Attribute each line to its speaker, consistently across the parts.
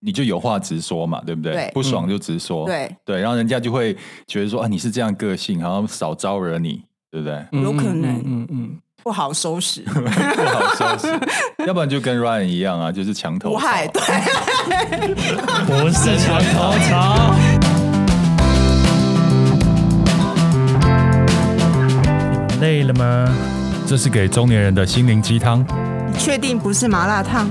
Speaker 1: 你就有话直说嘛，对不对？
Speaker 2: 对
Speaker 1: 不爽就直说，
Speaker 2: 对，
Speaker 1: 对，然后人家就会觉得说啊，你是这样个性，好像少招惹你，对不对？
Speaker 2: 有可能
Speaker 3: 嗯嗯嗯
Speaker 2: 不好收拾，
Speaker 1: 不好收拾，要不然就跟 Ryan 一样啊，就是墙头
Speaker 2: 无
Speaker 1: 草
Speaker 2: 害，对，
Speaker 3: 嗯不是墙头草。你们累了吗？
Speaker 1: 这是给中年人的心灵鸡汤。
Speaker 2: 你确定不是麻辣烫？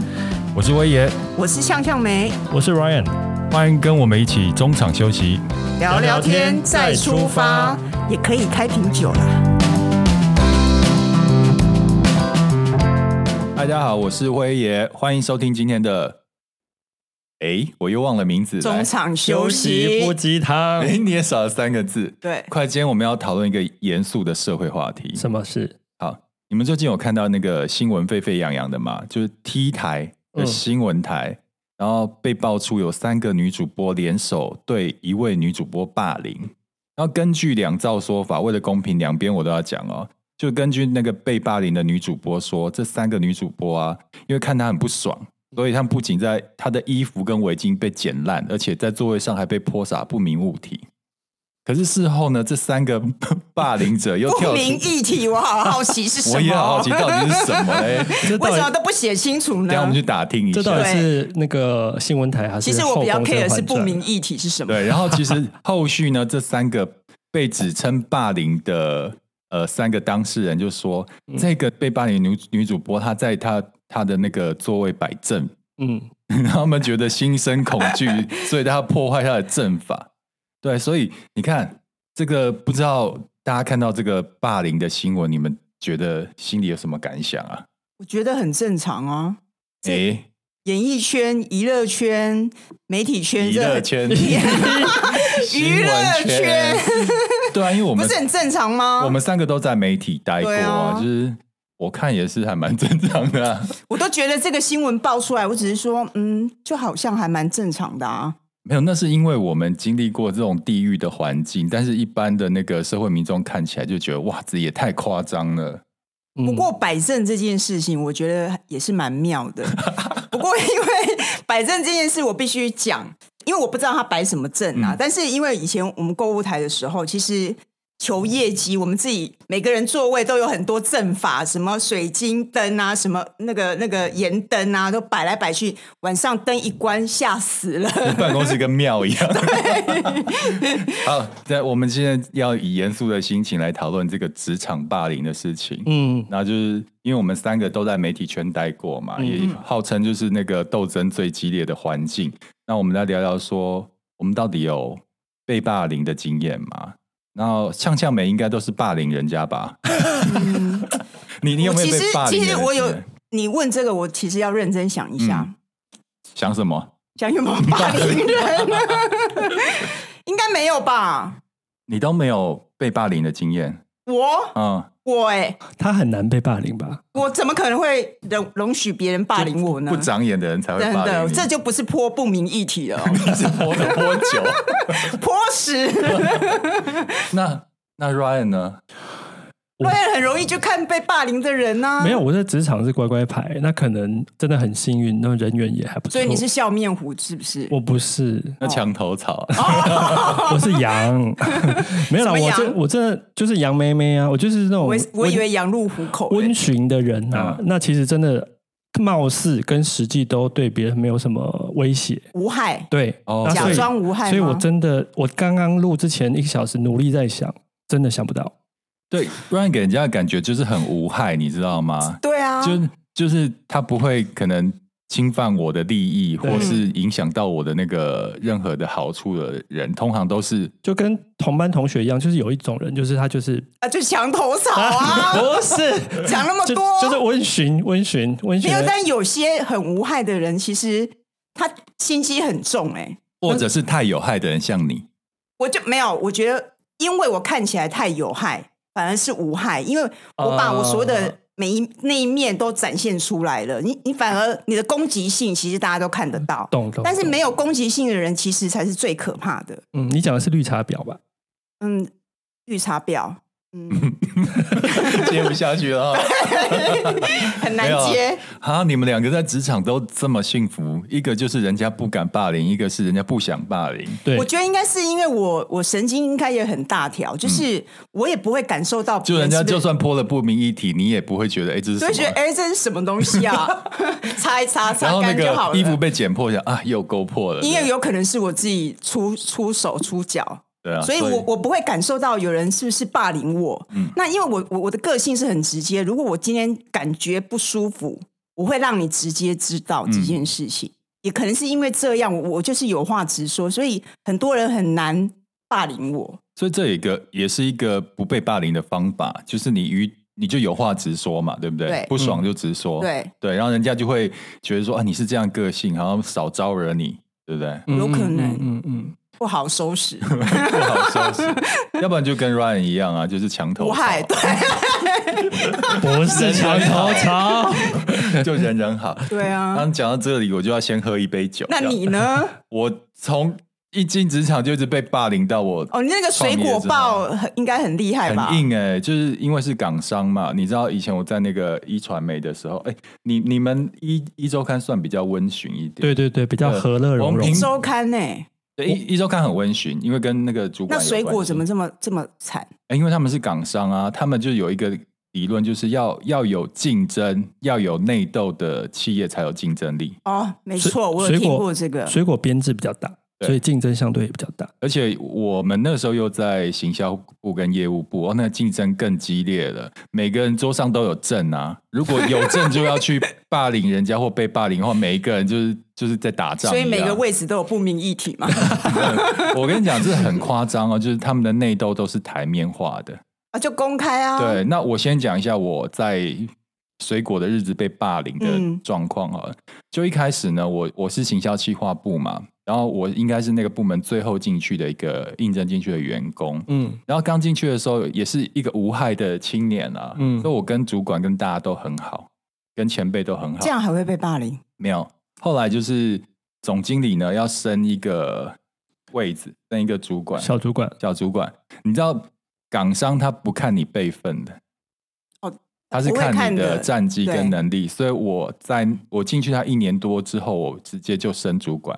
Speaker 1: 我是威爷，
Speaker 2: 我是向向梅，
Speaker 3: 我是 Ryan，
Speaker 1: 欢迎跟我们一起中场休息。
Speaker 2: 聊聊天再出发，也可以开瓶酒了。
Speaker 1: 大家好，我是威爷，欢迎收听今天的。哎，我又忘了名字。
Speaker 2: 中
Speaker 1: 来，
Speaker 2: 场休
Speaker 3: 休息
Speaker 2: 息
Speaker 3: 不，鸡汤。
Speaker 1: 哎，你也少了三个字。
Speaker 2: 对，
Speaker 1: 快，今天我们要讨论一个严肃的社会话题。
Speaker 3: 什么事？
Speaker 1: 好，你们最近有看到那个新闻沸沸扬扬的吗？就是 T 台
Speaker 2: 嗯
Speaker 1: 的新闻台，然后被爆出有三个女主播联手对一位女主播霸凌。然后根据两造说法，为了公平，两边我都要讲哦。就根据那个被霸凌的女主播说，这三个女主播啊，因为看她很不爽，所以她不仅在她的衣服跟围巾被剪烂，而且在座位上还被泼洒不明物体。可是事后呢，这三个 霸凌者又跳
Speaker 2: 不
Speaker 1: 出
Speaker 2: 明议题，我好好奇是什么？
Speaker 1: 我也好 奇到底是什么嘞？
Speaker 3: 这
Speaker 2: 为
Speaker 3: 到
Speaker 2: 什么
Speaker 3: 底
Speaker 2: 都不写清楚
Speaker 1: 等一下我
Speaker 2: 呢
Speaker 1: 们？去打听一
Speaker 3: 这到
Speaker 1: 下
Speaker 3: 底。是那个新闻台还
Speaker 2: 其
Speaker 3: 是
Speaker 2: 实我比较
Speaker 3: 后宫甄
Speaker 2: care
Speaker 3: 嬛
Speaker 2: 是不
Speaker 3: 传
Speaker 2: 明议题是什么。
Speaker 1: 对，然后其实后续呢，这三个被指称霸凌的呃三个当事人就说，这个被霸凌的女女主播她在她她的那个座位摆正，
Speaker 3: 嗯，
Speaker 1: 然后他们觉得心生恐惧，所以她破坏她的阵法。对，所以你看这个，不知道大家看到这个霸凌的新闻，你们觉得心里有什么感想啊？
Speaker 2: 我觉得很正常啊。
Speaker 1: 诶，
Speaker 2: 演艺圈、娱乐圈、媒体圈，
Speaker 1: 娱
Speaker 2: 这
Speaker 1: 乐
Speaker 2: 很
Speaker 1: 圈、
Speaker 2: 娱乐
Speaker 1: 新闻
Speaker 2: 圈，
Speaker 1: 对啊，因为我
Speaker 2: 不
Speaker 1: 们
Speaker 2: 是很正常吗？
Speaker 1: 我们三个都在媒体待过啊，
Speaker 2: 对啊
Speaker 1: 就是我看也是还蛮正常的、 啊。
Speaker 2: 我都觉得这个新闻爆出来，我只是说，嗯，就好像还蛮正常的啊。
Speaker 1: 没有，那是因为我们经历过这种地狱的环境，但是一般的那个社会民众看起来就觉得哇，这也太夸张了。
Speaker 3: 嗯
Speaker 2: 不过摆正这件事情，我觉得也是蛮妙的。 不过因为摆正这件事，我必须讲，因为我不知道他摆什么正啊。
Speaker 1: 嗯
Speaker 2: 但是因为以前我们购物台的时候，其实求业绩，我们自己每个人座位都有很多阵法，什么水晶灯啊，什么那个那个盐灯啊，都摆来摆去。晚上灯一关，吓死了。
Speaker 1: 办公室跟庙一样。 好，那我们现在要以严肃的心情来讨论这个职场霸凌的事情。
Speaker 3: 嗯，
Speaker 1: 那就是因为我们三个都在媒体圈待过嘛，
Speaker 3: 嗯
Speaker 1: 也号称就是那个斗争最激烈的环境。那我们来聊聊说，我们到底有被霸凌的经验吗？然后向向美应该都是霸凌人家吧？ 你你有
Speaker 2: 嗯我
Speaker 1: 没有
Speaker 2: 其实
Speaker 1: 被霸凌
Speaker 2: 其
Speaker 1: 的人
Speaker 2: 实我有
Speaker 1: 经验，
Speaker 2: 你问这个，我其实要认真想一下。
Speaker 1: 嗯想什么？
Speaker 2: 讲有没有霸凌人？ 应该没有吧？
Speaker 1: 你都没有被霸凌的经验，
Speaker 2: 我
Speaker 1: 嗯，
Speaker 2: 我哎、
Speaker 3: 他很难被霸凌吧？
Speaker 2: 我怎么可能会容容许别人霸凌我呢？
Speaker 1: 不长眼的人才会
Speaker 2: 真
Speaker 1: 霸
Speaker 2: 的
Speaker 1: 凌，你。
Speaker 2: 这就不是泼不明议题了哦、
Speaker 1: 是泼的泼酒。
Speaker 2: 泼屎。
Speaker 1: 那那 Ryan 呢？
Speaker 3: 我
Speaker 2: 对，很容易就看被霸凌的人呢、
Speaker 3: 没有，，我在职场是乖乖牌，那可能真的很幸运，那人缘也还不错。
Speaker 2: 所以你是笑面虎是不是？
Speaker 3: 我不是，
Speaker 1: 那墙头草，
Speaker 3: 我是羊，没有
Speaker 2: 什么
Speaker 3: 啦，我
Speaker 2: 羊
Speaker 3: 这我这就是羊妹妹啊，我就是那种
Speaker 2: 我我
Speaker 3: 温
Speaker 2: 以为羊入虎口、欸
Speaker 3: 温驯的人啊，那其实真的貌似跟实际都对别人没有什么威胁，
Speaker 2: 无害，
Speaker 3: 对，
Speaker 1: 哦
Speaker 3: 那所
Speaker 2: 假
Speaker 3: 以
Speaker 2: 装无害吗
Speaker 3: 所以我真的，我刚刚录之前一个小时努力在想，真的想不到，
Speaker 1: 对 Ryan 给人家的感觉就是很无害，你知道吗？
Speaker 2: 对啊，
Speaker 1: 就就是他不会可能侵犯我的利益，
Speaker 3: 对
Speaker 1: 或是影响到我的那个任何的好处的人，通常都是
Speaker 3: 就跟同班同学一样，就是有一种人，就是他就是
Speaker 2: 啊，就墙头 草啊，
Speaker 3: 不是
Speaker 2: 讲那么
Speaker 3: 就
Speaker 2: 多，
Speaker 3: 就是温驯温驯温驯
Speaker 2: 没有，，但有些很无害的人，其实他心机很重、欸。哎，
Speaker 1: 或者是太有害的人，像你。
Speaker 2: 我就没有，我觉得因为我看起来太有害，反而是无害，因为我把我所有
Speaker 3: 哦
Speaker 2: 的每一、那一面都展现出来了。你你反而你的攻击性，其实大家都看得到。
Speaker 3: 懂
Speaker 1: 嗯
Speaker 3: 懂，
Speaker 2: 但是
Speaker 3: 懂
Speaker 2: 没有攻击性的人，其实才是最可怕的。
Speaker 3: 嗯，你讲的是绿茶婊吧？
Speaker 2: 嗯，绿茶婊，嗯，
Speaker 1: 接不下去了啊。
Speaker 2: 很难接。
Speaker 1: 啊，你们两个在职场都这么幸福，一个就是人家不敢霸凌，一个是人家不想霸凌。
Speaker 3: 对
Speaker 2: 我，觉得应该是因为我我神经应该也很大条，就是我也不会感受到别
Speaker 1: 嗯就人家
Speaker 2: 是不是
Speaker 1: 就算泼了不明一体，你也不会觉得哎、这是
Speaker 2: 就
Speaker 1: 什
Speaker 2: 会觉得
Speaker 1: 么。
Speaker 2: 哎、这是什么东 西啊？擦一擦，
Speaker 1: 然
Speaker 2: 擦
Speaker 1: 后那
Speaker 2: 干就好
Speaker 1: 个
Speaker 2: 了。
Speaker 1: 衣服被剪破一下啊，又勾破了。
Speaker 2: 因为有可能是我自己出出手出脚，
Speaker 1: 对啊，
Speaker 2: 所以我我不会感受到有人是不是霸凌我。
Speaker 1: 嗯
Speaker 2: 那因为我我我的个性是很直接，如果我今天感觉不舒服，我会让你直接知道
Speaker 1: 嗯
Speaker 2: 这件事情。也可能是因为这样，我我就是有话直说，所以很多人很难霸凌我。
Speaker 1: 所以这一个也是一个不被霸凌的方法，就是你与你就有话直说嘛，对不对？
Speaker 2: 对
Speaker 1: 不爽
Speaker 3: 嗯
Speaker 1: 就直说，
Speaker 2: 对，
Speaker 1: 对，然后人家就会觉得说啊，你是这样个性，好像少招惹你，对不对？
Speaker 3: 嗯
Speaker 2: 有可能
Speaker 3: 嗯嗯嗯
Speaker 2: 不好收拾，
Speaker 1: 不好收拾，要不然就跟 Ryan 一样啊，就是墙头
Speaker 2: 无害。
Speaker 1: 草，
Speaker 2: 对
Speaker 3: 嗯，不 是墙头草，
Speaker 1: 就人人好。
Speaker 2: 对啊，
Speaker 1: 刚讲到这里，我就要先喝一杯酒。
Speaker 2: 那
Speaker 1: 这样
Speaker 2: 你呢？
Speaker 1: 我从一进职场就一直被霸凌到我
Speaker 2: 哦，你那个水果
Speaker 1: 创
Speaker 2: 报很应该很厉害吧？
Speaker 1: 很硬哎、就是因为是港商嘛，你知道以前我在那个一传媒的时候，哎、你你们一一周刊算比较温馨一点，
Speaker 3: 对对对，比较和乐融
Speaker 1: 我们
Speaker 3: 融
Speaker 1: 平。
Speaker 2: 周刊呢、
Speaker 1: 对，一一周刊很温馨，因为跟那个主管
Speaker 2: 那
Speaker 1: 有
Speaker 2: 水果
Speaker 1: 关系
Speaker 2: 怎么这么这么惨？
Speaker 1: 哎因为他们是港商啊，他们就有一个理论，就是要要有竞争，要有内斗的企业才有竞争力。
Speaker 2: 哦，没
Speaker 3: 水
Speaker 2: 错，我有
Speaker 3: 水
Speaker 2: 听
Speaker 3: 果
Speaker 2: 过这个。
Speaker 3: 水果编制比较大，
Speaker 1: 对
Speaker 3: 所以竞争相对也比较大。
Speaker 1: 而且我们那时候又在行销部跟业务部，哦，那竞争更激烈了。每个人桌上都有证啊，如果有证就要去霸凌人家或被霸凌的话，每一个人就是就是在打仗一
Speaker 2: 所
Speaker 1: 样。
Speaker 2: 以每个位置都有不明一体嘛，
Speaker 1: 我跟你讲，这很夸张哦，就是他们的内斗都是台面化的。
Speaker 2: 啊，就公开啊。
Speaker 1: 对，那我先讲一下我在水果的日子被霸凌的
Speaker 2: 嗯
Speaker 1: 状况哈。就一开始呢，我我是行销企划部嘛，然后我应该是那个部门最后进去的一个应征进去的员工。
Speaker 3: 嗯
Speaker 1: 然后刚进去的时候也是一个无害的青年啊，
Speaker 3: 嗯
Speaker 1: 所以我跟主管跟大家都很好，跟前辈都很好
Speaker 2: 这。样还会被霸凌？
Speaker 1: 没有，后来就是总经理呢要升一个位置，升一个主管，
Speaker 3: 小主管
Speaker 1: 小主管，你知道港商他不看你辈分的，
Speaker 2: 哦，
Speaker 1: 他是
Speaker 2: 不会
Speaker 1: 看
Speaker 2: 看
Speaker 1: 你的
Speaker 2: 的
Speaker 1: 战绩
Speaker 2: 对
Speaker 1: 跟能力。所以我在我进去他一年多之后，我直接就升主管，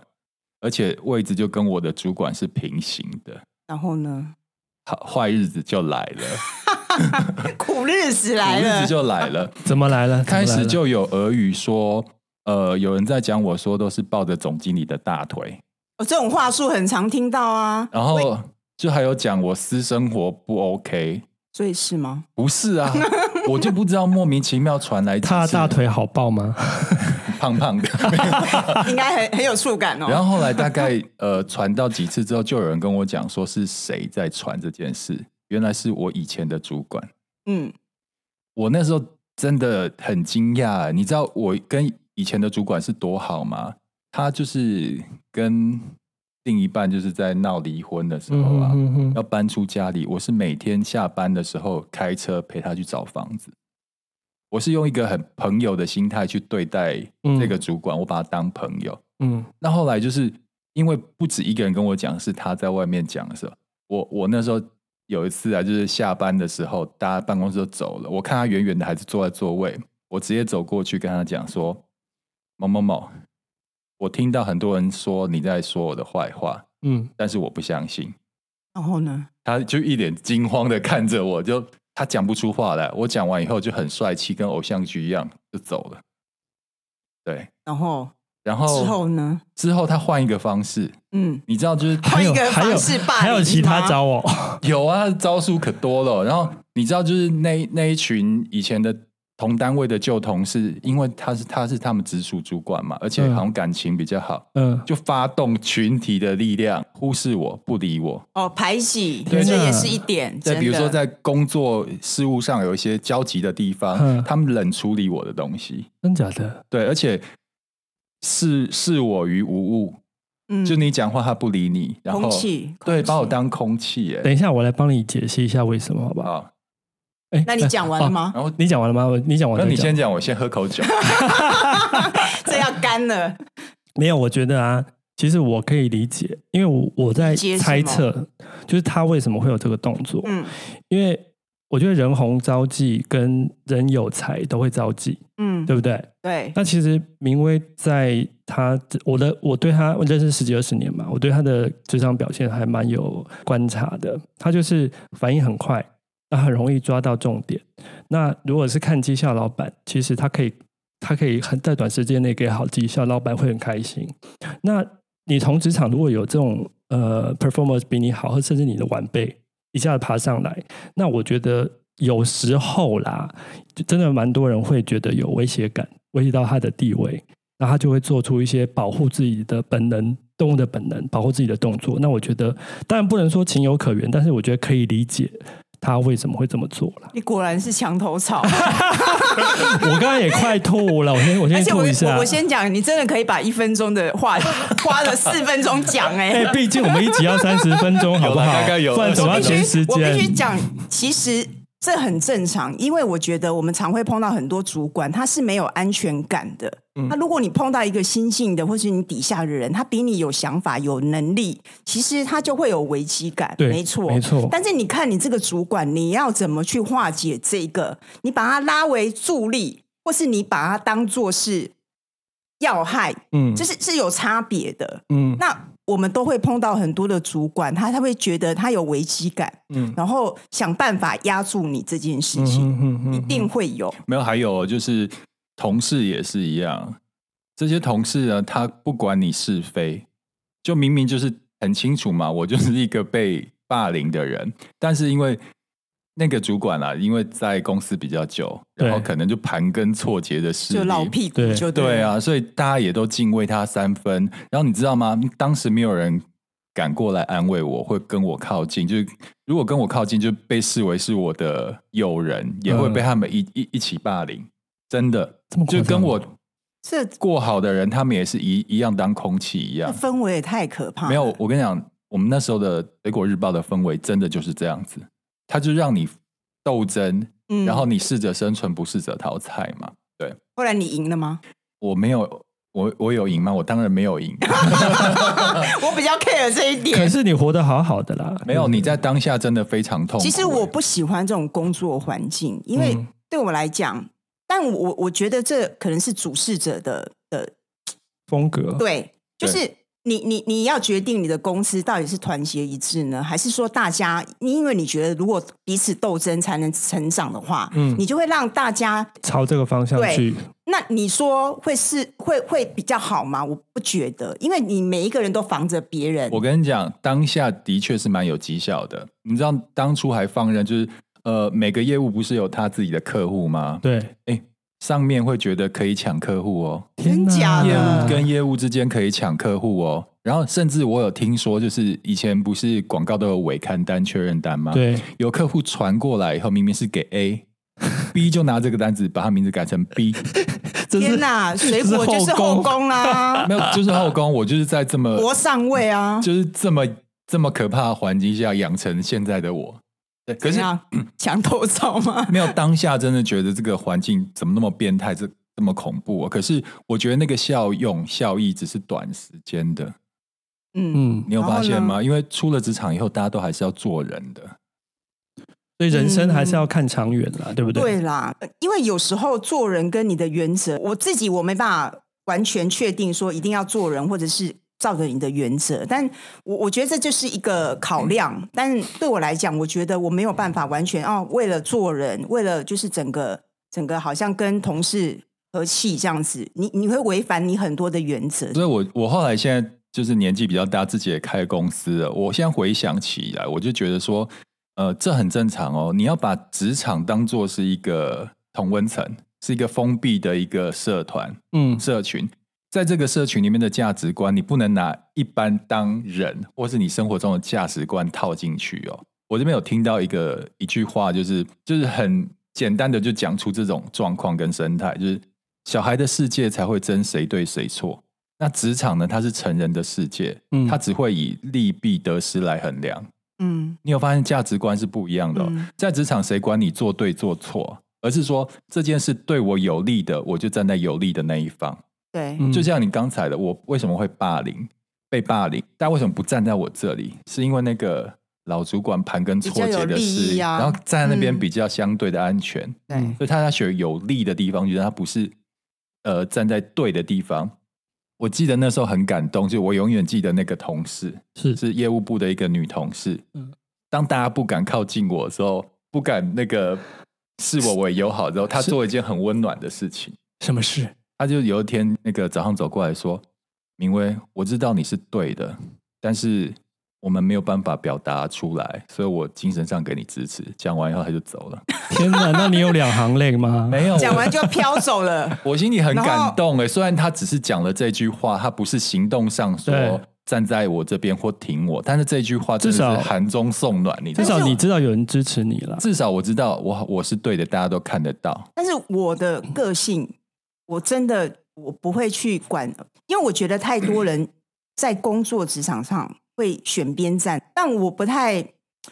Speaker 1: 而且位置就跟我的主管是平行的。
Speaker 2: 然后呢，
Speaker 1: 好，坏日子就来了，
Speaker 2: 苦日子
Speaker 1: 好
Speaker 2: 来
Speaker 1: 日
Speaker 2: 了
Speaker 1: 子。就来了。
Speaker 3: 怎么来了？
Speaker 1: 开
Speaker 3: 怎么来
Speaker 1: 始
Speaker 3: 了
Speaker 1: 就有俄语说，呃，有人在讲我说都是抱着总经理的大腿，
Speaker 2: 哦，这种话术很常听到啊，
Speaker 1: 然后就还有讲我私生活不 OK，
Speaker 2: 所以 是吗？
Speaker 1: 不是啊，我就不知道莫名其妙传来几
Speaker 3: 他的
Speaker 1: 次
Speaker 3: 大腿好抱吗？
Speaker 1: 胖胖的，
Speaker 2: 应该很很有触感
Speaker 1: 然
Speaker 2: 哦。
Speaker 1: 后后来大概呃传到几次之后，就有人跟我讲说是谁在传这件事，原来是我以前的主管。
Speaker 2: 嗯，
Speaker 1: 我那时候真的很惊讶，你知道我跟以前的主管是多好吗？他就是跟另一半就是在闹离婚的时候啊，
Speaker 3: 嗯
Speaker 1: 要搬出家里，我是每天下班的时候开车陪他去找房子。我是用一个很朋友的心态去对待这个主管，我把他当朋友。
Speaker 3: 嗯
Speaker 1: 那后来就是因为不止一个人跟我讲，是他在外面讲的时候，我我那时候有一次啊，就是下班的时候，大家办公室都走了，我看他远远的还是坐在座位，我直接走过去跟他讲说：“某某某，我听到很多人说你在说我的坏话，
Speaker 3: 嗯
Speaker 1: 但是我不相信。”
Speaker 2: 然后呢？
Speaker 1: 他就一脸惊慌的看着我，就他讲不出话来。我讲完以后就很帅气，跟偶像剧一样就走了。对，
Speaker 2: 然后
Speaker 1: 然后
Speaker 2: 之后呢？
Speaker 1: 之后他换一个方式，
Speaker 2: 嗯，
Speaker 1: 你知道，就是
Speaker 2: 换一个
Speaker 3: 还有
Speaker 2: 方式霸凌
Speaker 3: 还有其他
Speaker 2: 吗
Speaker 3: 招 哦，
Speaker 1: 有啊，招数可多了。然后你知道，就是那那一群以前的同单位的旧同事，因为他是他是他们直属主管
Speaker 2: 啊
Speaker 1: 嘛，而且
Speaker 3: 嗯
Speaker 1: 好像感情比较好，
Speaker 3: 嗯，
Speaker 1: 就发动群体的力量，忽视我不理我。
Speaker 2: 哦，排挤，
Speaker 3: 对
Speaker 2: 这
Speaker 3: 那
Speaker 2: 也是一点。
Speaker 1: 在
Speaker 2: 真
Speaker 1: 比如说
Speaker 2: 的
Speaker 1: 在工作事务上有一些交集的地方，
Speaker 3: 嗯
Speaker 1: 他们冷处理我的东西，
Speaker 3: 真假的？
Speaker 1: 对，而且视视我于无物，
Speaker 2: 嗯
Speaker 1: 就你讲话他不理你，然后
Speaker 2: 空气，
Speaker 1: 对，
Speaker 2: 空气
Speaker 1: 把我。当空气耶、
Speaker 3: 等一下，我来帮你解析一下为什么，好不好？
Speaker 1: 好，
Speaker 3: 哎
Speaker 2: 那你讲完了？吗？
Speaker 1: 然后
Speaker 3: 哎你讲完了吗？我你讲完
Speaker 1: 那
Speaker 3: 了。
Speaker 1: 你先讲，我先喝口酒。
Speaker 2: 这要干了。
Speaker 3: 没有，我觉得啊，其实我可以理解，因为我我在
Speaker 2: 理解什么
Speaker 3: 猜测，就是他为什么会有这个动作，
Speaker 2: 嗯
Speaker 3: 因为我觉得人红招忌跟人有才都会招忌，
Speaker 2: 嗯，
Speaker 3: 对不对？
Speaker 2: 对，
Speaker 3: 那其实明威在他我的我对他我认识十几二十年嘛，我对他的职场表现还蛮有观察的。他就是反应很快，那很容易抓到重点。那如果是看绩效老板，其实他可以他可以很在短时间内给好绩效，老板会很开心。那你同职场如果有这种呃 performance 比你好，或甚至你的晚辈一下子爬上来，那我觉得有时候啦，就真的蛮多人会觉得有威胁感，威胁到他的地位，那他就会做出一些保护自己的本能、动物的本能、保护自己的动作。那我觉得，当然不能说情有可原，但是我觉得可以理解他为什么会这么做啦。
Speaker 2: 你果然是墙头草。
Speaker 3: 我刚刚也快吐了，我先我
Speaker 2: 而
Speaker 3: 先
Speaker 2: 且
Speaker 3: 吐
Speaker 2: 我
Speaker 3: 一下
Speaker 2: 我我。先讲，你真的可以把一分钟的话花了四分钟讲哎、
Speaker 3: 哎，毕竟我们一集要三十分 钟，好
Speaker 1: 有
Speaker 3: 不好？
Speaker 1: 啦大概有
Speaker 3: 不然怎么
Speaker 2: 我
Speaker 3: 要
Speaker 2: 必
Speaker 3: 全时
Speaker 2: 须我必须
Speaker 3: 间？
Speaker 2: 讲，其实这很正常，因为我觉得我们常会碰到很多主管，他是没有安全感的。
Speaker 3: 嗯
Speaker 2: 那、如果你碰到一个新进的，或是你底下的人，他比你有想法、有能力，其实他就会有危机感。
Speaker 3: 对
Speaker 2: 没错，
Speaker 3: 没错
Speaker 2: 但是你看你这个主管，你要怎么去化解这个？你把他拉为助力，或是你把他当做是要害，
Speaker 3: 嗯
Speaker 2: 这是是有差别的。
Speaker 3: 嗯
Speaker 2: 那我们都会碰到很多的主管，他他会觉得他有危机感，
Speaker 3: 嗯
Speaker 2: 然后想办法压住你这件事
Speaker 3: 嗯
Speaker 2: 情，
Speaker 3: 嗯
Speaker 2: 一
Speaker 3: 嗯
Speaker 2: 定会有。
Speaker 1: 没有，还有就是同事也是一样，这些同事呢，他不管你是非，就明明就是很清楚嘛，我就是一个被霸凌的人，但是因为那个主管啊，因为在公司比较久，然后
Speaker 3: 对
Speaker 1: 可能就盘根错节的事，
Speaker 2: 就老屁股
Speaker 3: 对
Speaker 2: 就
Speaker 1: 对
Speaker 2: 了，
Speaker 1: 啊，所以大家也都敬畏他三分。然后你知道吗？当时没有人敢过来安慰我，或跟我靠近。就是如果跟我靠近，就被视为是我的友人，也会被他们一、一一起霸凌。真的
Speaker 3: 这么，夸
Speaker 1: 就跟
Speaker 3: 张
Speaker 1: 我
Speaker 2: 这
Speaker 1: 过好的人，他们也是一一样当空气一
Speaker 2: 这
Speaker 1: 样。
Speaker 2: 氛围也太可怕了。
Speaker 1: 啊没有，我跟你讲，我们那时候的《水果日报》的氛围真的就是这样子，他就让你斗争，
Speaker 2: 嗯
Speaker 1: 然后你适者生存，不适者淘汰嘛。
Speaker 2: 后来你赢了吗？
Speaker 1: 我没有，我我有赢吗？我当然没有赢。
Speaker 2: 我比较 care 这一
Speaker 3: 可
Speaker 2: 点。
Speaker 3: 是你活得好好的啦，
Speaker 1: 没有，
Speaker 3: 嗯
Speaker 1: 你在当下真的非常痛苦。欸
Speaker 2: 其实我不喜欢这种工作环境，因为
Speaker 3: 嗯
Speaker 2: 对我来讲，但我我觉得这可能是主事者的的
Speaker 3: 风格
Speaker 2: 对，就
Speaker 1: 对
Speaker 2: 是你你你要决定你的公司到底是团结一致呢，还是说大家因为你觉得如果彼此斗争才能成长的话，
Speaker 3: 嗯
Speaker 2: 你就会让大家，
Speaker 3: 朝这个方向
Speaker 2: 对
Speaker 3: 去，
Speaker 2: 那你说会是会会比较好吗？我不觉得，因为你每一个人都防着别人，
Speaker 1: 我跟你讲，当下的确是蛮有绩效的。你知道当初还放任，就是呃，每个业务不是有他自己的客户吗？
Speaker 3: 对，
Speaker 1: 上面会觉得可以抢客户哦，
Speaker 2: 真
Speaker 3: 天
Speaker 2: 假
Speaker 3: 哪
Speaker 2: 的
Speaker 1: 业务跟业务之间可以抢客户哦。然后甚至我有听说，就是以前不是广告都有伪刊单、确认单吗？，
Speaker 3: 对，
Speaker 1: 有客户传过来以后，明明是给 A，B 就拿这个单子把他名字改成 B。
Speaker 3: 这
Speaker 2: 天
Speaker 3: 是
Speaker 2: 哪，水果就是后宫啦、
Speaker 1: 没有，就是后宫，我就是在这么
Speaker 2: 国上位啊，
Speaker 1: 就是这么这么可怕的环境下养成现在的我。对，可是
Speaker 2: 怎样墙头草 吗？
Speaker 1: 没有当下真的觉得这个环境怎么那么变态，这这么恐怖、啊。可是我觉得那个效用效益只是短时间的，
Speaker 2: 嗯，
Speaker 3: 嗯，
Speaker 1: 你有发现
Speaker 2: 然后
Speaker 1: 吗？因为出了职场以后，大家都还是要做人的。
Speaker 3: 所以人生还是要看长远啦，对不对？
Speaker 2: 嗯对啦，呃因为有时候做人跟你的原则，我自己我没办法完全确定说一定要做人，或者是照着你的原则。但我我觉得这就是一个考量。但对我来讲，我觉得我没有办法完全哦，为了做人，为了就是整个整个好像跟同事和气这样子，你你会违反你很多的原则。
Speaker 1: 所以我我后来现在就是年纪比较大，自己也开公司了。我现在回想起来，我就觉得说，呃，这很正常哦。你要把职场当做是一个同温层，是一个封闭的一个社团。
Speaker 3: 嗯，
Speaker 1: 社群，在这个社群里面的价值观，你不能拿一般当人或是你生活中的价值观套进去哦。我这边有听到一个一句话，就是就是很简单的就讲出这种状况跟生态，就是小孩的世界才会争谁对谁错。那职场呢，它是成人的世界，
Speaker 3: 嗯
Speaker 1: 它只会以利弊得失来衡量。
Speaker 2: 嗯
Speaker 1: 你有发现价值观是不一样的哦、
Speaker 2: 嗯
Speaker 1: 在职场，谁管你做对做错，而是说这件事对我有利的，我就站在有利的那一方。
Speaker 2: 对，
Speaker 3: 嗯
Speaker 1: 就像你刚才的，我为什么会霸凌、被霸凌？大家为什么不站在我这里？是因为那个老主管盘根错节
Speaker 2: 比较有
Speaker 1: 的
Speaker 2: 利
Speaker 1: 事
Speaker 2: 益，啊
Speaker 1: 然后站在那边
Speaker 2: 嗯
Speaker 1: 比较相对的安全，
Speaker 2: 对，
Speaker 1: 所以他要学有利的地方，就是他不是呃站在对的地方。我记得那时候很感动，就我永远记得那个同事
Speaker 3: 是
Speaker 1: 是业务部的一个女同事，
Speaker 3: 嗯
Speaker 1: 当大家不敢靠近我的时候，不敢那个视我为友好之后，她
Speaker 3: 是
Speaker 1: 做一件很温暖的事情。
Speaker 3: 什么事？
Speaker 1: 他就有一天那个早上走过来说：“明威，我知道你是对的，但是我们没有办法表达出来，所以我精神上给你支持。”讲完以后他就走了，
Speaker 3: 天哪， 那你有两行泪吗？
Speaker 1: 没有
Speaker 2: 讲完就飘走了。
Speaker 1: 我心里很
Speaker 2: 然
Speaker 1: 感
Speaker 2: 后
Speaker 1: 动哎，虽然他只是讲了这句话，他不是行动上
Speaker 3: 对
Speaker 1: 说站在我这边或挺我，但是这句话真的
Speaker 3: 至少
Speaker 1: 是寒中送暖，你知
Speaker 3: 至
Speaker 1: 道吗
Speaker 3: 少你知道有人支持你了。
Speaker 1: 至少我知道我我是对的，大家都看得到。
Speaker 2: 但是我的个性，我真的我不会去管，因为我觉得太 多人在工作职场上会选边站，但我不太，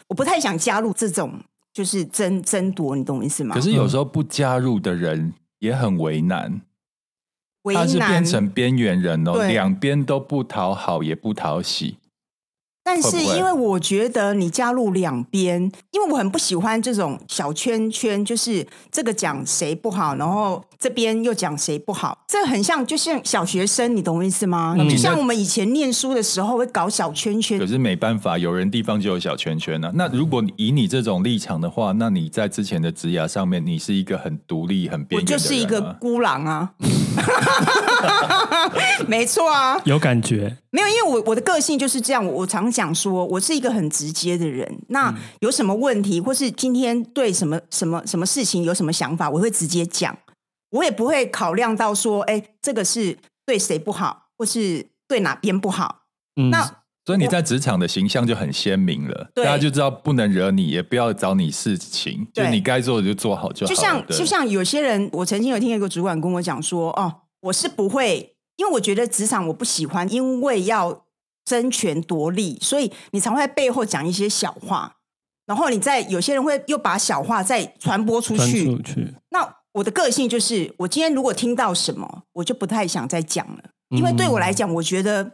Speaker 2: 我不太想加入这种就是争争夺，你懂我意思吗？
Speaker 1: 可是有时候不加入的人也很为难，
Speaker 2: 为
Speaker 1: 他是
Speaker 2: 难
Speaker 1: 变，成边缘人哦，
Speaker 2: 对
Speaker 1: 两边都不讨好也不讨喜。
Speaker 2: 但
Speaker 1: 会
Speaker 2: 是
Speaker 1: 不会
Speaker 2: 因为我觉得你加入两边，因为我很不喜欢这种小圈圈，就是这个讲谁不好，然后这边又讲谁不好，这很像就像小学生，你懂我意思吗？
Speaker 1: 那你
Speaker 2: 就像
Speaker 1: 在
Speaker 2: 我们以前念书的时候会搞小圈圈
Speaker 1: 可，是没办法，有人地方就有小圈圈呢、那如果你以你这种立场的话，那你在之前的职涯上面，你是一个很独立、很边
Speaker 2: 我
Speaker 1: 缘的
Speaker 2: 就
Speaker 1: 人、啊。
Speaker 2: 是一个孤狼啊， 没错啊，
Speaker 3: 有感觉，
Speaker 2: 没有，因为我我的个性就是这样，我我常讲说，我是一个很直接的人。那
Speaker 1: 嗯
Speaker 2: 有什么问题，或是今天对什么什么什么事情有什么想法，我会直接讲，我也不会考量到说，哎，这个是对谁不好，或是对哪边不好。
Speaker 3: 嗯，
Speaker 2: 那
Speaker 1: 所以你在职场的形象就很鲜明了，大
Speaker 2: 对
Speaker 1: 家就知道不能惹你，也不要找你事情，就
Speaker 2: 对
Speaker 1: 你该做的就做好就好
Speaker 2: 就
Speaker 1: 了。
Speaker 2: 像
Speaker 1: 对
Speaker 2: 就像有些人，我曾经有听一个主管跟我讲说，哦，我是不会，因为我觉得职场我不喜欢，因为要争权夺利，所以你常会在背后讲一些小话，然后你在有些人会又把小话再传播出
Speaker 3: 专
Speaker 2: 去。
Speaker 3: 注去，
Speaker 2: 那我的个性就是，我今天如果听到什么，我就不太想再讲了，因为对我
Speaker 1: 嗯
Speaker 2: 来讲，我觉得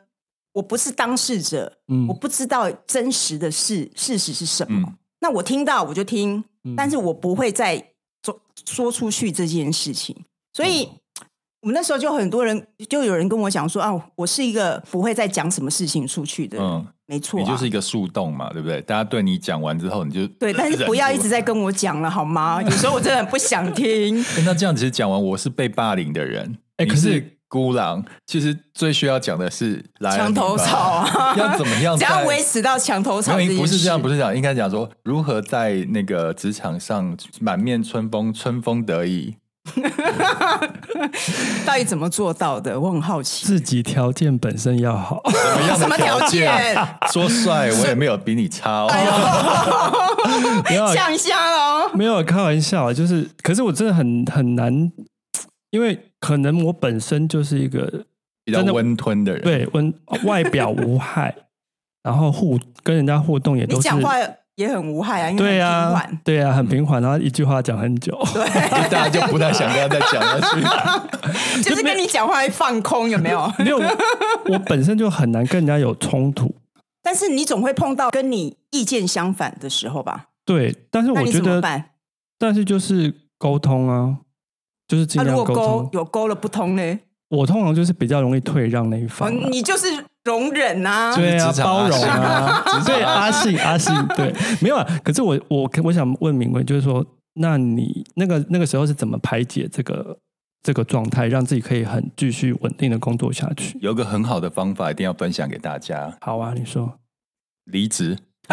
Speaker 2: 我不是当事者，
Speaker 3: 嗯
Speaker 2: 我不知道真实的事事实是什么。
Speaker 1: 嗯，
Speaker 2: 那我听到我就听，
Speaker 3: 嗯
Speaker 2: 但是我不会再说说出去这件事情。所以，
Speaker 1: 嗯
Speaker 2: 我们那时候就很多人，就有人跟我讲说啊，我是一个不会再讲什么事情出去的人，
Speaker 1: 嗯
Speaker 2: 没错、啊，
Speaker 1: 你就是一个树洞嘛，对不对？大家对你讲完之后，你就
Speaker 2: 对，但是不要一直在跟我讲了好吗？有时候我真的很不想听。
Speaker 1: 诶那这样其实讲完，我是被霸凌的人，
Speaker 3: 诶
Speaker 1: 你
Speaker 3: 可是
Speaker 1: 孤狼，其实最需要讲的是来啊
Speaker 2: 墙头草啊
Speaker 1: 你吧要怎么 样
Speaker 2: 只
Speaker 1: 在？
Speaker 2: 要维持到墙头草
Speaker 1: 没
Speaker 2: 这
Speaker 1: 有
Speaker 2: 件事，
Speaker 1: 不是这样，不是这样，应该讲说如何在那个职场上满面春风，春风得意。
Speaker 2: 到底怎么做到的？我很好奇。
Speaker 3: 自己条件本身要好，
Speaker 1: 什么样
Speaker 2: 什么
Speaker 1: 的啊
Speaker 2: 条 件？哎
Speaker 1: 说帅，我也没有比你差哦。
Speaker 3: 不
Speaker 1: 啊
Speaker 3: 要
Speaker 2: 想一下喽。
Speaker 3: 啊没有开玩笑，啊就是，可是我真的很很难，因为可能我本身就是一个
Speaker 1: 比较
Speaker 3: 真的
Speaker 1: 温吞的人，
Speaker 3: 对温外表 无害，然后互跟人家互动也
Speaker 2: 你
Speaker 3: 都是
Speaker 2: 讲话也很无害啊，因为
Speaker 3: 对
Speaker 2: 很平
Speaker 3: 啊
Speaker 2: 缓，
Speaker 3: 对啊，很平缓，然后一句话讲很久，
Speaker 1: 就大家就不太想跟他再讲下去。
Speaker 2: 就是跟你讲话会放空，有没有？
Speaker 3: 没有，我本身就很难跟人家有冲突。
Speaker 2: 但是你总会碰到跟你意见相反的时候吧？
Speaker 3: 对，但是
Speaker 2: 那
Speaker 3: 我
Speaker 2: 你
Speaker 3: 觉
Speaker 2: 怎么
Speaker 3: 得，
Speaker 2: 办？
Speaker 3: 但是就是沟通啊，就是
Speaker 2: 那、
Speaker 3: 尽量
Speaker 2: 啊如果
Speaker 3: 沟通
Speaker 2: 沟。有沟了不通呢？
Speaker 3: 我通常就是比较容易退让那一
Speaker 2: 哦
Speaker 3: 方啊、
Speaker 2: 你就是容忍啊。
Speaker 3: 对啊，
Speaker 1: 职场
Speaker 3: 包
Speaker 1: 阿
Speaker 3: 容
Speaker 1: 信
Speaker 3: 啊，
Speaker 1: 职场
Speaker 3: 对
Speaker 1: 阿
Speaker 3: 阿信阿信对，没有啊。可是我我我想问明威，就是说，那你那个那个时候是怎么排解这个这个状态，让自己可以很继续稳定的工作下去？
Speaker 1: 有个很好的方法，一定要分享给大家：
Speaker 3: 好啊，你说，
Speaker 1: 离职。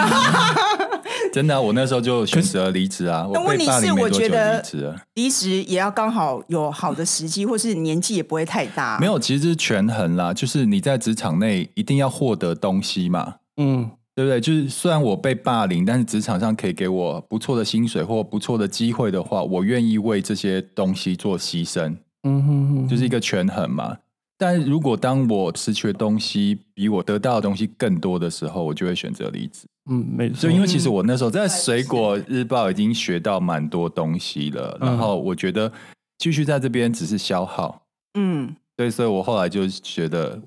Speaker 1: 真的啊、我那时候就选择离职 啊。
Speaker 2: 但
Speaker 1: 我
Speaker 2: 问
Speaker 1: 被
Speaker 2: 题
Speaker 1: 霸
Speaker 2: 是，
Speaker 1: 凌没
Speaker 2: 我
Speaker 1: 多久
Speaker 2: 觉
Speaker 1: 离
Speaker 2: 得
Speaker 1: 职了。
Speaker 2: 离职也要刚好有好的时机，或是年纪也不会太大。
Speaker 1: 没，有，其实是权衡啦，就是你在职场内一定要获得东西嘛，
Speaker 3: 嗯，
Speaker 1: 对不对？就是虽然我被霸凌，但是职场上可以给我不错的薪水或不错的机会的话，我愿意为这些东西做牺牲。
Speaker 3: 嗯哼哼，
Speaker 1: 就是一个权衡嘛。但如果当我失去的东西比我得到的东西更多的时候，我就会选择离职。
Speaker 3: 嗯，没错，
Speaker 1: 就因为其实我那时候在《水果日报》已经学到蛮多东西了，
Speaker 3: 嗯
Speaker 1: 然后我觉得继续在这边只是消耗，
Speaker 2: 嗯，
Speaker 1: 对，所以我后来就觉得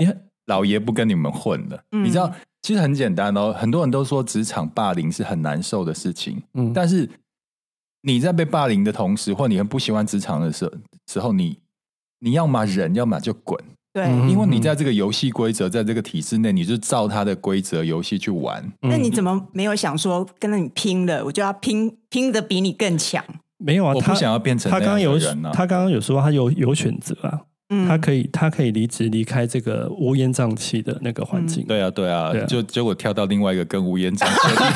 Speaker 3: 你很
Speaker 1: 老爷不跟你们混了。
Speaker 2: 嗯
Speaker 1: 你知道，其实很简单哦，很多人都说职场霸凌是很难受的事情，
Speaker 3: 嗯，
Speaker 1: 但是你在被霸凌的同时，或你很不喜欢职场的时候时候，你你要么忍，要么就滚，
Speaker 2: 对。
Speaker 3: 嗯
Speaker 1: 因为你在这个游戏规则，在这个体制内，你就照他的规则游戏去玩。
Speaker 3: 嗯
Speaker 2: 那你怎么没有想说跟着你拼了，我就要拼拼的比你更强？
Speaker 3: 没有啊？
Speaker 1: 我
Speaker 3: 他
Speaker 1: 不想要变成
Speaker 3: 他
Speaker 1: 那
Speaker 3: 刚刚
Speaker 1: 样
Speaker 3: 有
Speaker 1: 的人啊呢、
Speaker 3: 他刚刚有说他有有选择啊，
Speaker 2: 嗯，
Speaker 3: 他可以他可以离职离开这个乌烟瘴气的那个环
Speaker 2: 嗯
Speaker 3: 境。
Speaker 1: 对啊，对啊
Speaker 3: 对啊，
Speaker 1: 就结果跳到另外一个更乌烟瘴气的地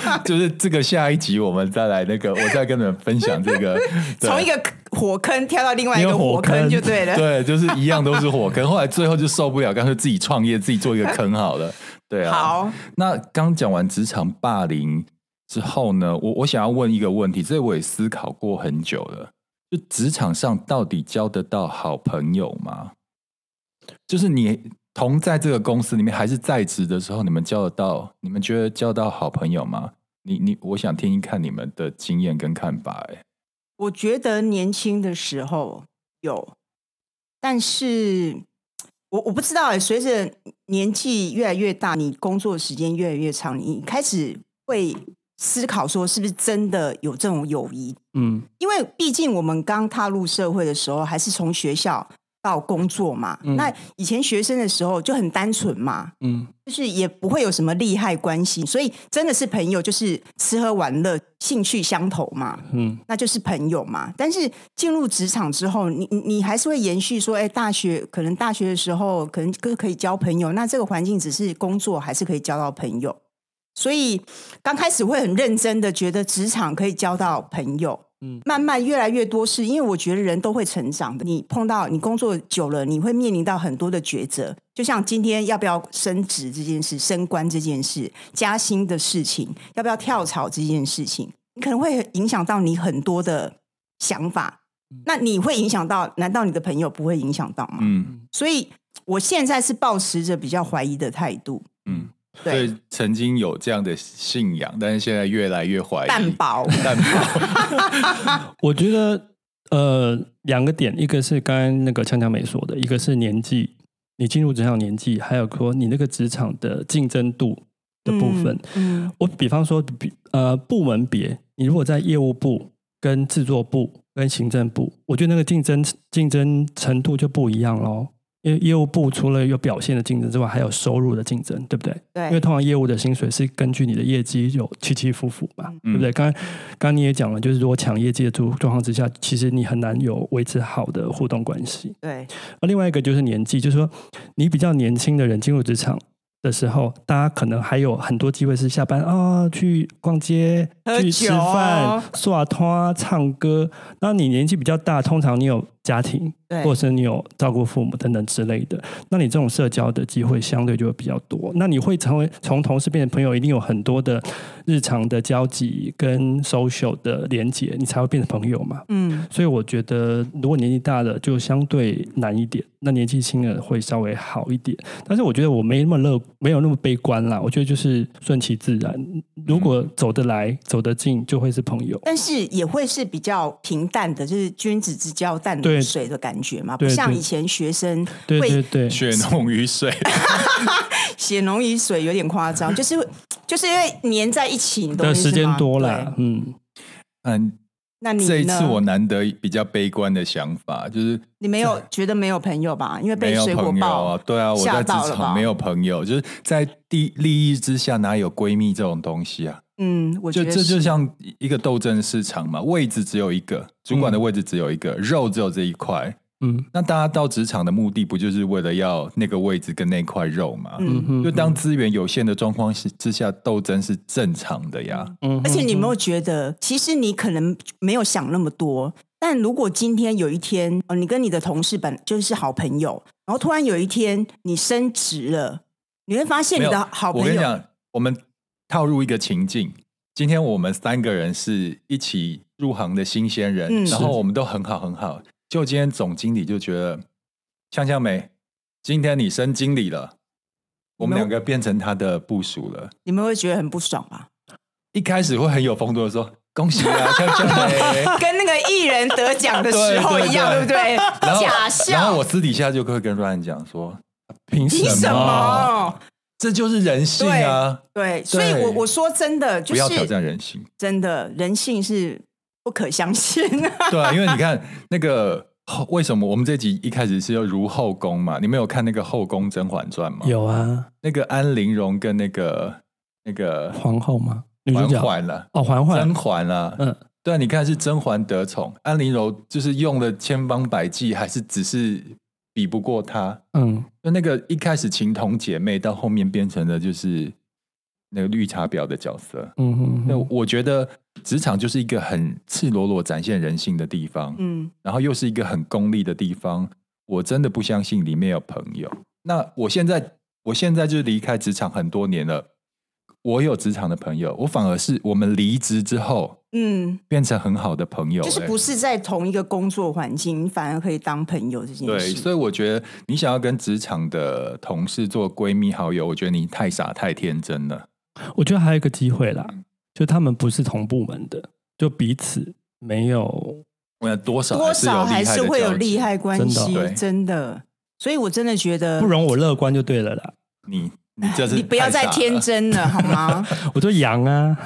Speaker 1: 方， 就是这个下一集我们再来那个，我再跟你们分享这 个。对
Speaker 2: 从一个火坑跳到另外一个
Speaker 3: 一个火
Speaker 2: 火坑
Speaker 3: 坑
Speaker 2: 就对了。
Speaker 1: 对，就是一样都是火坑，后来最后就受不了，干脆自己创业，自己做一个坑好了。对啊，
Speaker 2: 好，
Speaker 1: 那刚讲完职场霸凌之后呢，我我想要问一个问题，这我也思考过很久了，就职场上到底交得到好朋友吗？就是你同在这个公司里面还是在职的时候，你们交得到，你们觉得交得到好朋友吗？你你，我想听一看你们的经验跟看法、欸。
Speaker 2: 我觉得年轻的时候有，但是我我不知道哎、随着年纪越来越大，你工作时间越来越长，你开始会思考说，是不是真的有这种友谊？
Speaker 3: 嗯
Speaker 2: 因为毕竟我们刚踏入社会的时候，还是从学校到工作嘛。
Speaker 3: 嗯
Speaker 2: 那以前学生的时候就很单纯嘛，
Speaker 3: 嗯
Speaker 2: 就是也不会有什么利害关系，所以真的是朋友，就是吃喝玩乐、兴趣相投嘛，
Speaker 3: 嗯
Speaker 2: 那就是朋友嘛。但是进入职场之后，你你你还是会延续说，哎，大学可能大学的时候可能可可以交朋友，那这个环境只是工作，还是可以交到朋友。所以刚开始会很认真的觉得职场可以交到朋友，
Speaker 3: 嗯
Speaker 2: 慢慢越来越多是，因为我觉得人都会成长的。你碰到你工作久了，你会面临到很多的抉择，就像今天要不要升职这件事、升官这件事、加薪的事情，要不要跳槽这件事情，你可能会影响到你很多的想法。那你会影响到？难道你的朋友不会影响到吗？
Speaker 1: 嗯
Speaker 2: 所以我现在是保持着比较怀疑的态度，
Speaker 1: 嗯，所
Speaker 2: 对，
Speaker 1: 以曾经有这样的信仰，但是现在越来越怀疑。
Speaker 2: 蛋薄，
Speaker 1: 蛋堡
Speaker 3: 我觉得呃两个点，一个是刚刚那个锵锵美说的，一个是年纪，你进入职场年纪，还有说你那个职场的竞争度的部分。
Speaker 2: 嗯，嗯
Speaker 3: 我比方说，比呃部门别，你如果在业务部、跟制作部、跟行政部，我觉得那个竞争竞争程度就不一样喽。因为业务部除了有表现的竞争之外，还有收入的竞争，对不对？因为
Speaker 2: 对，
Speaker 3: 通常业务的薪水是根据你的业绩有起起伏伏嘛，对不对？刚刚刚你也讲了，就是如果抢业绩的状状况之下，其实你很难有维持好的互动关系。
Speaker 2: 对，
Speaker 3: 而啊另外一个就是年纪，就是说你比较年轻的人进入职场的时候，大家可能还有很多机会是下班啊、去逛街、
Speaker 2: 喝
Speaker 3: 去吃
Speaker 2: 酒哦
Speaker 3: 饭、耍拖、唱歌。那你年纪比较大，通常你有家庭，
Speaker 2: 对
Speaker 3: 或者是你有照顾父母等等之类的，那你这种社交的机会相对就会比较多。那你会成为从同事变成朋友，一定有很多的日常的交集跟 social 的连接，你才会变成朋友嘛。
Speaker 2: 嗯。
Speaker 3: 所以我觉得，如果年纪大了，就相对难一点；那年纪轻了会稍微好一点。但是我觉得我没那么乐，没有那么悲观啦。我觉得就是顺其自然，如果走得来、走得近，就会是朋友。
Speaker 2: 但是也会是比较平淡的，就是君子之交淡如
Speaker 3: 对
Speaker 2: 水的感觉嘛，
Speaker 3: 对
Speaker 2: 不像
Speaker 3: 对
Speaker 2: 以前学生
Speaker 3: 对
Speaker 2: 会
Speaker 3: 对对，
Speaker 1: 血浓于水。
Speaker 2: 血浓于水，有点夸 张，就是就是因为黏在一起，你懂我
Speaker 3: 的
Speaker 2: 意思
Speaker 3: 时间
Speaker 2: 吗
Speaker 3: 多
Speaker 2: 对
Speaker 3: 啦，嗯，
Speaker 1: 嗯，
Speaker 2: 那你呢
Speaker 1: 这一次我难得比较悲观的想法，就是
Speaker 2: 你没有觉得没有朋友吧？因为
Speaker 1: 没
Speaker 2: 被
Speaker 1: 有
Speaker 2: 水果
Speaker 1: 朋友
Speaker 2: 爆
Speaker 1: 啊，对啊，我在
Speaker 2: 吓
Speaker 1: 职
Speaker 2: 到了吧
Speaker 1: 场没有朋友，就是在利利益之下哪有闺蜜这种东西啊？
Speaker 2: 嗯，我
Speaker 1: 就
Speaker 2: 觉得
Speaker 1: 这就是像一个斗争市场嘛，位置只有一个，主管的位置只有一
Speaker 2: 嗯
Speaker 1: 个，肉只有这一块。
Speaker 3: 嗯
Speaker 1: 那大家到职场的目的不就是为了要那个位置跟那块肉吗？
Speaker 3: 嗯
Speaker 2: 嗯，
Speaker 3: 哼，
Speaker 1: 就当资源有限的状况是之下，斗争是啊正常的呀。
Speaker 3: 嗯哼，
Speaker 2: 而且你有没有觉
Speaker 1: 嗯
Speaker 2: 得，其实你可能没有想那么多。但如果今天有一天，呃，你跟你的同事本就是好朋友，然后突然有一天你升职了，你会发现
Speaker 1: 没
Speaker 2: 你
Speaker 1: 有，
Speaker 2: 的好
Speaker 1: 我
Speaker 2: 朋
Speaker 1: 跟你
Speaker 2: 友，
Speaker 1: 讲，我们套入一个情境，今天我们三个人是一起入行的新鲜人，
Speaker 2: 嗯
Speaker 1: 然后
Speaker 3: 是
Speaker 1: 我们都很好很好。就今天总经理就觉得，向向美，今天你升经理了，我们
Speaker 2: 没有
Speaker 1: 两个变成他的部署了。
Speaker 2: 你们会觉得很不爽吧？
Speaker 1: 一开始会很有风度的说：“恭喜啊，向向 美。”
Speaker 2: 跟那个艺人 得奖的时候一样，
Speaker 1: 对
Speaker 2: 对不
Speaker 1: 对
Speaker 2: 对
Speaker 1: 然？后
Speaker 2: 假
Speaker 1: 然后
Speaker 2: 笑，
Speaker 1: 我私底下就会跟 Ryan 讲说，凭
Speaker 2: 凭什么？
Speaker 1: 这就是人性啊！
Speaker 2: 对，所以我我说真的，就
Speaker 1: 不要挑
Speaker 2: 是
Speaker 1: 战人性。
Speaker 2: 真的人性是不可相信 的。
Speaker 1: 对啊，因为你看那个后为什么我们这集一开始是要如后宫嘛？你们有看那个《后宫甄嬛传》吗？
Speaker 3: 有啊，
Speaker 1: 那个安陵容跟那个那个
Speaker 3: 皇后吗？女主
Speaker 1: 嬛
Speaker 3: 角
Speaker 1: 嬛了，
Speaker 3: 哦，嬛嬛
Speaker 1: 甄，嬛啊，
Speaker 3: 嗯，
Speaker 1: 对啊，你看是甄嬛得宠，安陵容就是用了千方百计，还是只是比不过她。
Speaker 3: 嗯，
Speaker 1: 就那个一开始情同姐妹，到后面变成了就是那个绿茶婊的角色。
Speaker 3: 嗯
Speaker 1: 那、
Speaker 3: 嗯，
Speaker 1: 我觉得职场就是一个很赤裸裸展现人性的地方，
Speaker 2: 嗯，
Speaker 1: 然后又是一个很功利的地方。我真的不相信里面有朋友。那我现在，我现在就是离开职场很多年了，我有职场的朋友，我反而是我们离职之后
Speaker 2: 嗯，
Speaker 1: 变成很好的朋友、
Speaker 2: 就是
Speaker 1: 欸
Speaker 2: 不是在同一个工作环境，你反而可以当朋友这件
Speaker 1: 对，
Speaker 2: 事。
Speaker 1: 所以我觉得你想要跟职场的同事做闺蜜好友，我觉得你太傻太天真了。
Speaker 3: 我觉得还有一个机会啦，就他们不是同部门的，就彼此没有，
Speaker 1: 我想多少
Speaker 2: 多少还
Speaker 1: 还是
Speaker 2: 是
Speaker 1: 有
Speaker 2: 会有
Speaker 1: 厉
Speaker 2: 利
Speaker 1: 害的交集
Speaker 2: 害关
Speaker 3: 真的
Speaker 2: 系，
Speaker 1: 对
Speaker 2: 真的。所以我真的觉得
Speaker 3: 不，容我乐观就对了啦。
Speaker 1: 你你这是
Speaker 2: 你不要
Speaker 1: 太傻
Speaker 2: 再天
Speaker 1: 了。
Speaker 2: 真了，好吗？
Speaker 3: 我说羊啊，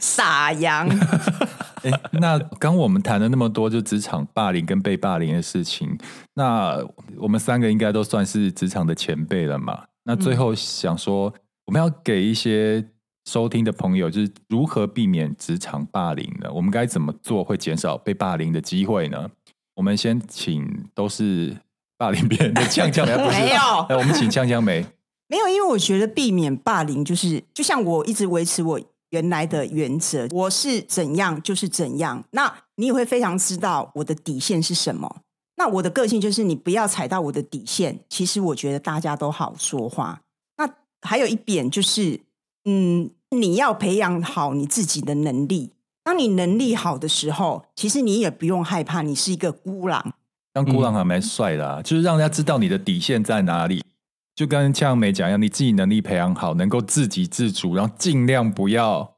Speaker 2: 傻羊，
Speaker 1: 诶那刚我们谈了那么多，就职场霸凌跟被霸凌的事情，那我们三个应该都算是职场的前辈了嘛？那最后想说，我们要给一些收听的朋友，就是如何避免职场霸凌呢？我们该怎么做会减少被霸凌的机会呢？我们先请都是霸凌别人的呛呛梅，不是哎
Speaker 2: 没有
Speaker 1: 来我们请呛呛梅。
Speaker 2: 没有，因为我觉得避免霸凌就是，就像我一直维持我原来的原则，我是怎样就是怎样。那你也会非常知道我的底线是什么。那我的个性就是你不要踩到我的底线。其实我觉得大家都好说话。那还有一点就是，嗯，你要培养好你自己的能力。当你能力好的时候，其实你也不用害怕，你是一个孤狼。
Speaker 1: 当孤
Speaker 2: 嗯
Speaker 1: 狼还蛮帅的、啊，就是让人家知道你的底线在哪里。就跟呛梅讲一样，你自己能力培养好，能够自给自足，然后尽量不要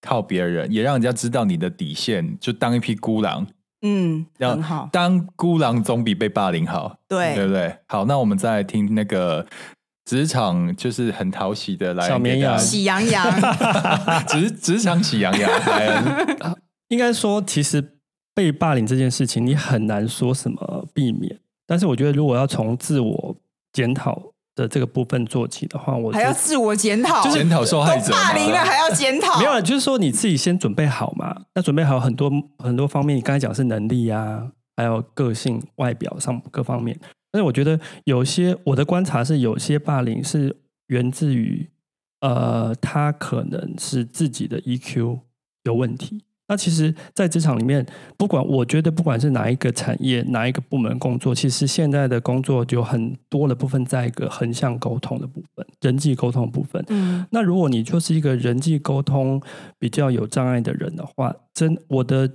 Speaker 1: 靠别人，也让人家知道你的底线，就当一匹孤狼。
Speaker 2: 嗯，
Speaker 1: 要
Speaker 2: 很好。
Speaker 1: 当孤狼总比被霸凌好，
Speaker 2: 对
Speaker 1: 对不对？好，那我们再来听那个职场，就是很讨喜的来
Speaker 3: 小绵羊
Speaker 1: 给大家
Speaker 2: 喜羊 羊，
Speaker 1: 职职场喜羊羊，来 恩
Speaker 3: 应该说，其实被霸凌这件事情，你很难说什么避免。但是我觉得，如果要从自我检讨的这个部分做起的话，我觉
Speaker 2: 还要
Speaker 3: 得
Speaker 2: 自我检讨，
Speaker 1: 检讨受害者
Speaker 2: 都
Speaker 1: 嘛，
Speaker 2: 霸凌了还要检讨，
Speaker 3: 没有了，啊就是说你自己先准备好嘛。那准备好很多很多方面，你刚才讲是能力啊，还有个性、外表上各方面。但是我觉得有些我的观察是，有些霸凌是源自于呃，他可能是自己的 EQ 有问题。那其实，在职场里面，不管我觉得不管是哪一个产业、哪一个部门工作，其实现在的工作有很多的部分在一个横向沟通的部分、人际沟通的部分。
Speaker 2: 嗯
Speaker 3: 那如果你就是一个人际沟通比较有障碍的人的话，真我的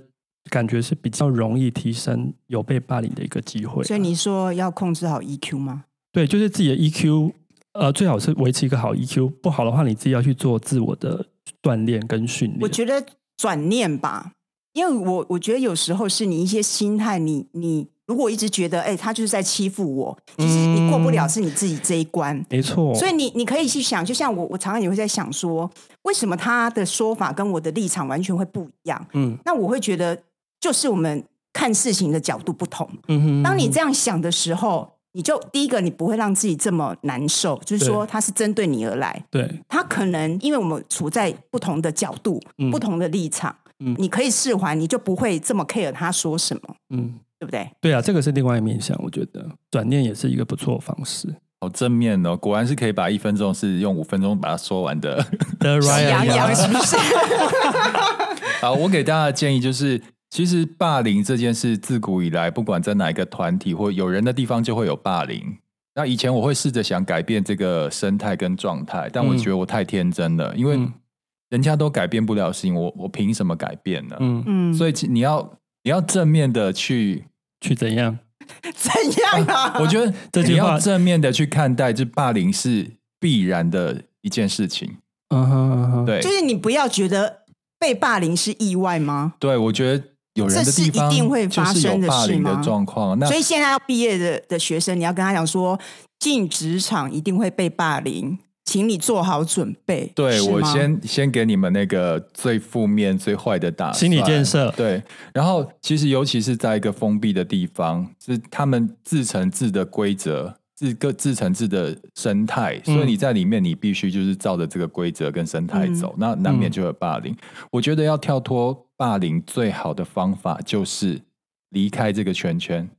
Speaker 3: 感觉是比较容易提升有被霸凌的一个机会。啊
Speaker 2: 所以你说要控制好 EQ 吗？
Speaker 3: 对，就是自己的 EQ，呃，最好是维持一个好 EQ，不好的话，你自己要去做自我的锻炼跟训练。
Speaker 2: 我觉得转念吧，因为我我觉得有时候是你一些心态，你你如果一直觉得哎、他就是在欺负我，其实你过不
Speaker 3: 嗯
Speaker 2: 了是你自己这一关。
Speaker 3: 没错，
Speaker 2: 所以你你可以去想，就像我我常常也会在想说，为什么他的说法跟我的立场完全会不一样？
Speaker 3: 嗯
Speaker 2: 那我会觉得就是我们看事情的角度不同。
Speaker 3: 嗯哼，
Speaker 2: 当你这样想的时候，你就第一个你不会让自己这么难受，就是说
Speaker 3: 对
Speaker 2: 他是针对你而来，
Speaker 3: 对
Speaker 2: 他可能因为我们处在不同的角度、
Speaker 3: 嗯
Speaker 2: 不同的立场，
Speaker 3: 嗯
Speaker 2: 你可以释怀，你就不会这么 care 他说什么，
Speaker 3: 嗯
Speaker 2: 对不对？
Speaker 3: 对啊，这个是另外一面向，我觉得转念也是一个不错的方式。
Speaker 1: 好正面哦，果然是可以把一分钟是用五分钟把它说完的。
Speaker 3: The
Speaker 2: 喜
Speaker 3: Ryan
Speaker 2: 羊羊 是不 是？
Speaker 1: 好，我给大家的建议就是，其实霸凌这件事自古以来，不管在哪一个团体或有人的地方，就会有霸凌。那以前我会试着想改变这个生态跟状态，但我
Speaker 3: 嗯
Speaker 1: 觉得我太天真了，因为
Speaker 3: 嗯
Speaker 1: 人家都改变不了的事情，我我凭什么改变呢？
Speaker 3: 嗯，
Speaker 2: 嗯，
Speaker 1: 所以其你要你要正面的去，
Speaker 3: 去怎样？
Speaker 2: 怎样啊？
Speaker 1: 哦我觉得
Speaker 3: 这句
Speaker 1: 你
Speaker 3: 话
Speaker 1: 要正面的去看待，这霸凌是必然的一件事情。
Speaker 3: 嗯哼嗯哼，
Speaker 1: 对，
Speaker 2: 就是你不要觉得被霸凌是意外吗？
Speaker 1: 对我觉得有人的
Speaker 2: 这是
Speaker 1: 地方
Speaker 2: 一定会
Speaker 1: 就
Speaker 2: 发
Speaker 1: 是有
Speaker 2: 生的
Speaker 1: 霸
Speaker 2: 事
Speaker 1: 凌的
Speaker 2: 吗
Speaker 1: 状况。那
Speaker 2: 所以现在要毕业的的学生，你要跟他讲说，进职场一定会被霸凌，请你做好准备。
Speaker 1: 对
Speaker 2: 是
Speaker 1: 我
Speaker 2: 吗
Speaker 1: 先先给你们那个最负面、最坏的啊打算
Speaker 3: 心理建设
Speaker 1: 对，然后其实尤其是在一个封闭的地方，是他们自成自的规则。自个自成自的生态，所以
Speaker 3: 嗯
Speaker 1: 你在里面，你必须就是照着这个规则跟生态走，那难
Speaker 3: 嗯
Speaker 1: 免就有霸凌。我觉得要跳脱霸凌，最好的方法就是离开这个圈圈。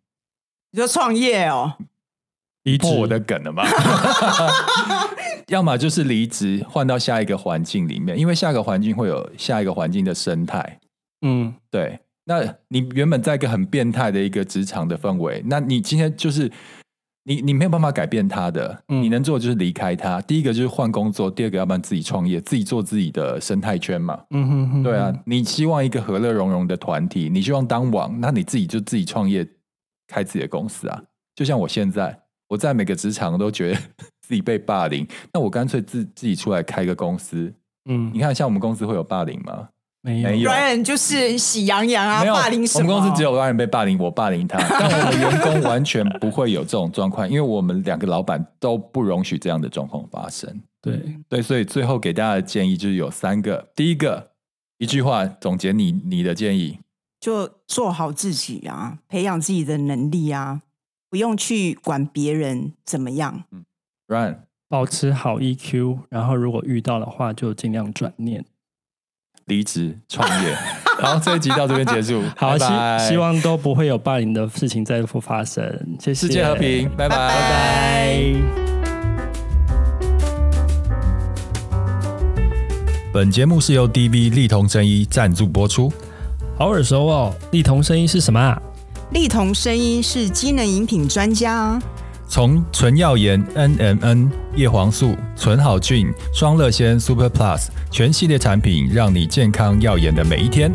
Speaker 2: 你说创业哦，
Speaker 3: 离职
Speaker 1: 破我的梗了吗？ 要么就是离职，换到下一个环境里面，因为下一个环境会有下一个环境的生态。
Speaker 3: 嗯，
Speaker 1: 对，那你原本在一个很变态的一个职场的氛围，那你今天就是你你没有办法改变它的，
Speaker 3: 嗯
Speaker 1: 你能做的就是离开它。第一个就是换工作，第二个要不然自己创业，自己做自己的生态圈嘛。
Speaker 3: 嗯哼哼，
Speaker 1: 对啊，你希望一个和乐融融的团体，你希望当王，那你自己就自己创业，开自己的公司啊。就像我现在，我在每个职场都觉得 自己被霸凌，那我干脆自自己出来开个公司。
Speaker 3: 嗯，
Speaker 1: 你看，像我们公司会有霸凌吗？
Speaker 3: 没有
Speaker 1: 没有
Speaker 2: Ryan 就是喜羊羊啊，
Speaker 1: 没有，
Speaker 2: 霸凌什
Speaker 1: 我
Speaker 2: 么？
Speaker 1: 们公司只有 Ryan 被霸凌，我霸凌 他，但我们员工完全不会有这种状况，因为我们两个老板都不容许这样的状况发生。
Speaker 3: 对，
Speaker 1: 对，所以最后给大家的建议就是有三个，第一个一句话总结你你的建议，
Speaker 2: 就做好自己啊，培养自己的能力啊，不用去管别人怎么样。
Speaker 1: Ryan。
Speaker 3: 保持好 EQ，然后如果遇到的话就尽量转念。
Speaker 1: 离职创业。 然后这一集到这边结束，
Speaker 3: 好，
Speaker 1: 拜拜
Speaker 3: 希希望都不会有霸凌的事情再复发生。谢谢，
Speaker 1: 世界和平，拜拜。
Speaker 2: 拜拜
Speaker 1: 本节目是由 DV 力同真一赞助播出。
Speaker 3: 好耳熟哦，力同声音是什么啊？
Speaker 2: 力同声音是机能饮品专家啊，
Speaker 1: 从纯耀颜 NMN、叶黄素、纯好菌、双乐仙 Super Plus 全系列产品，让你健康耀眼的每一天。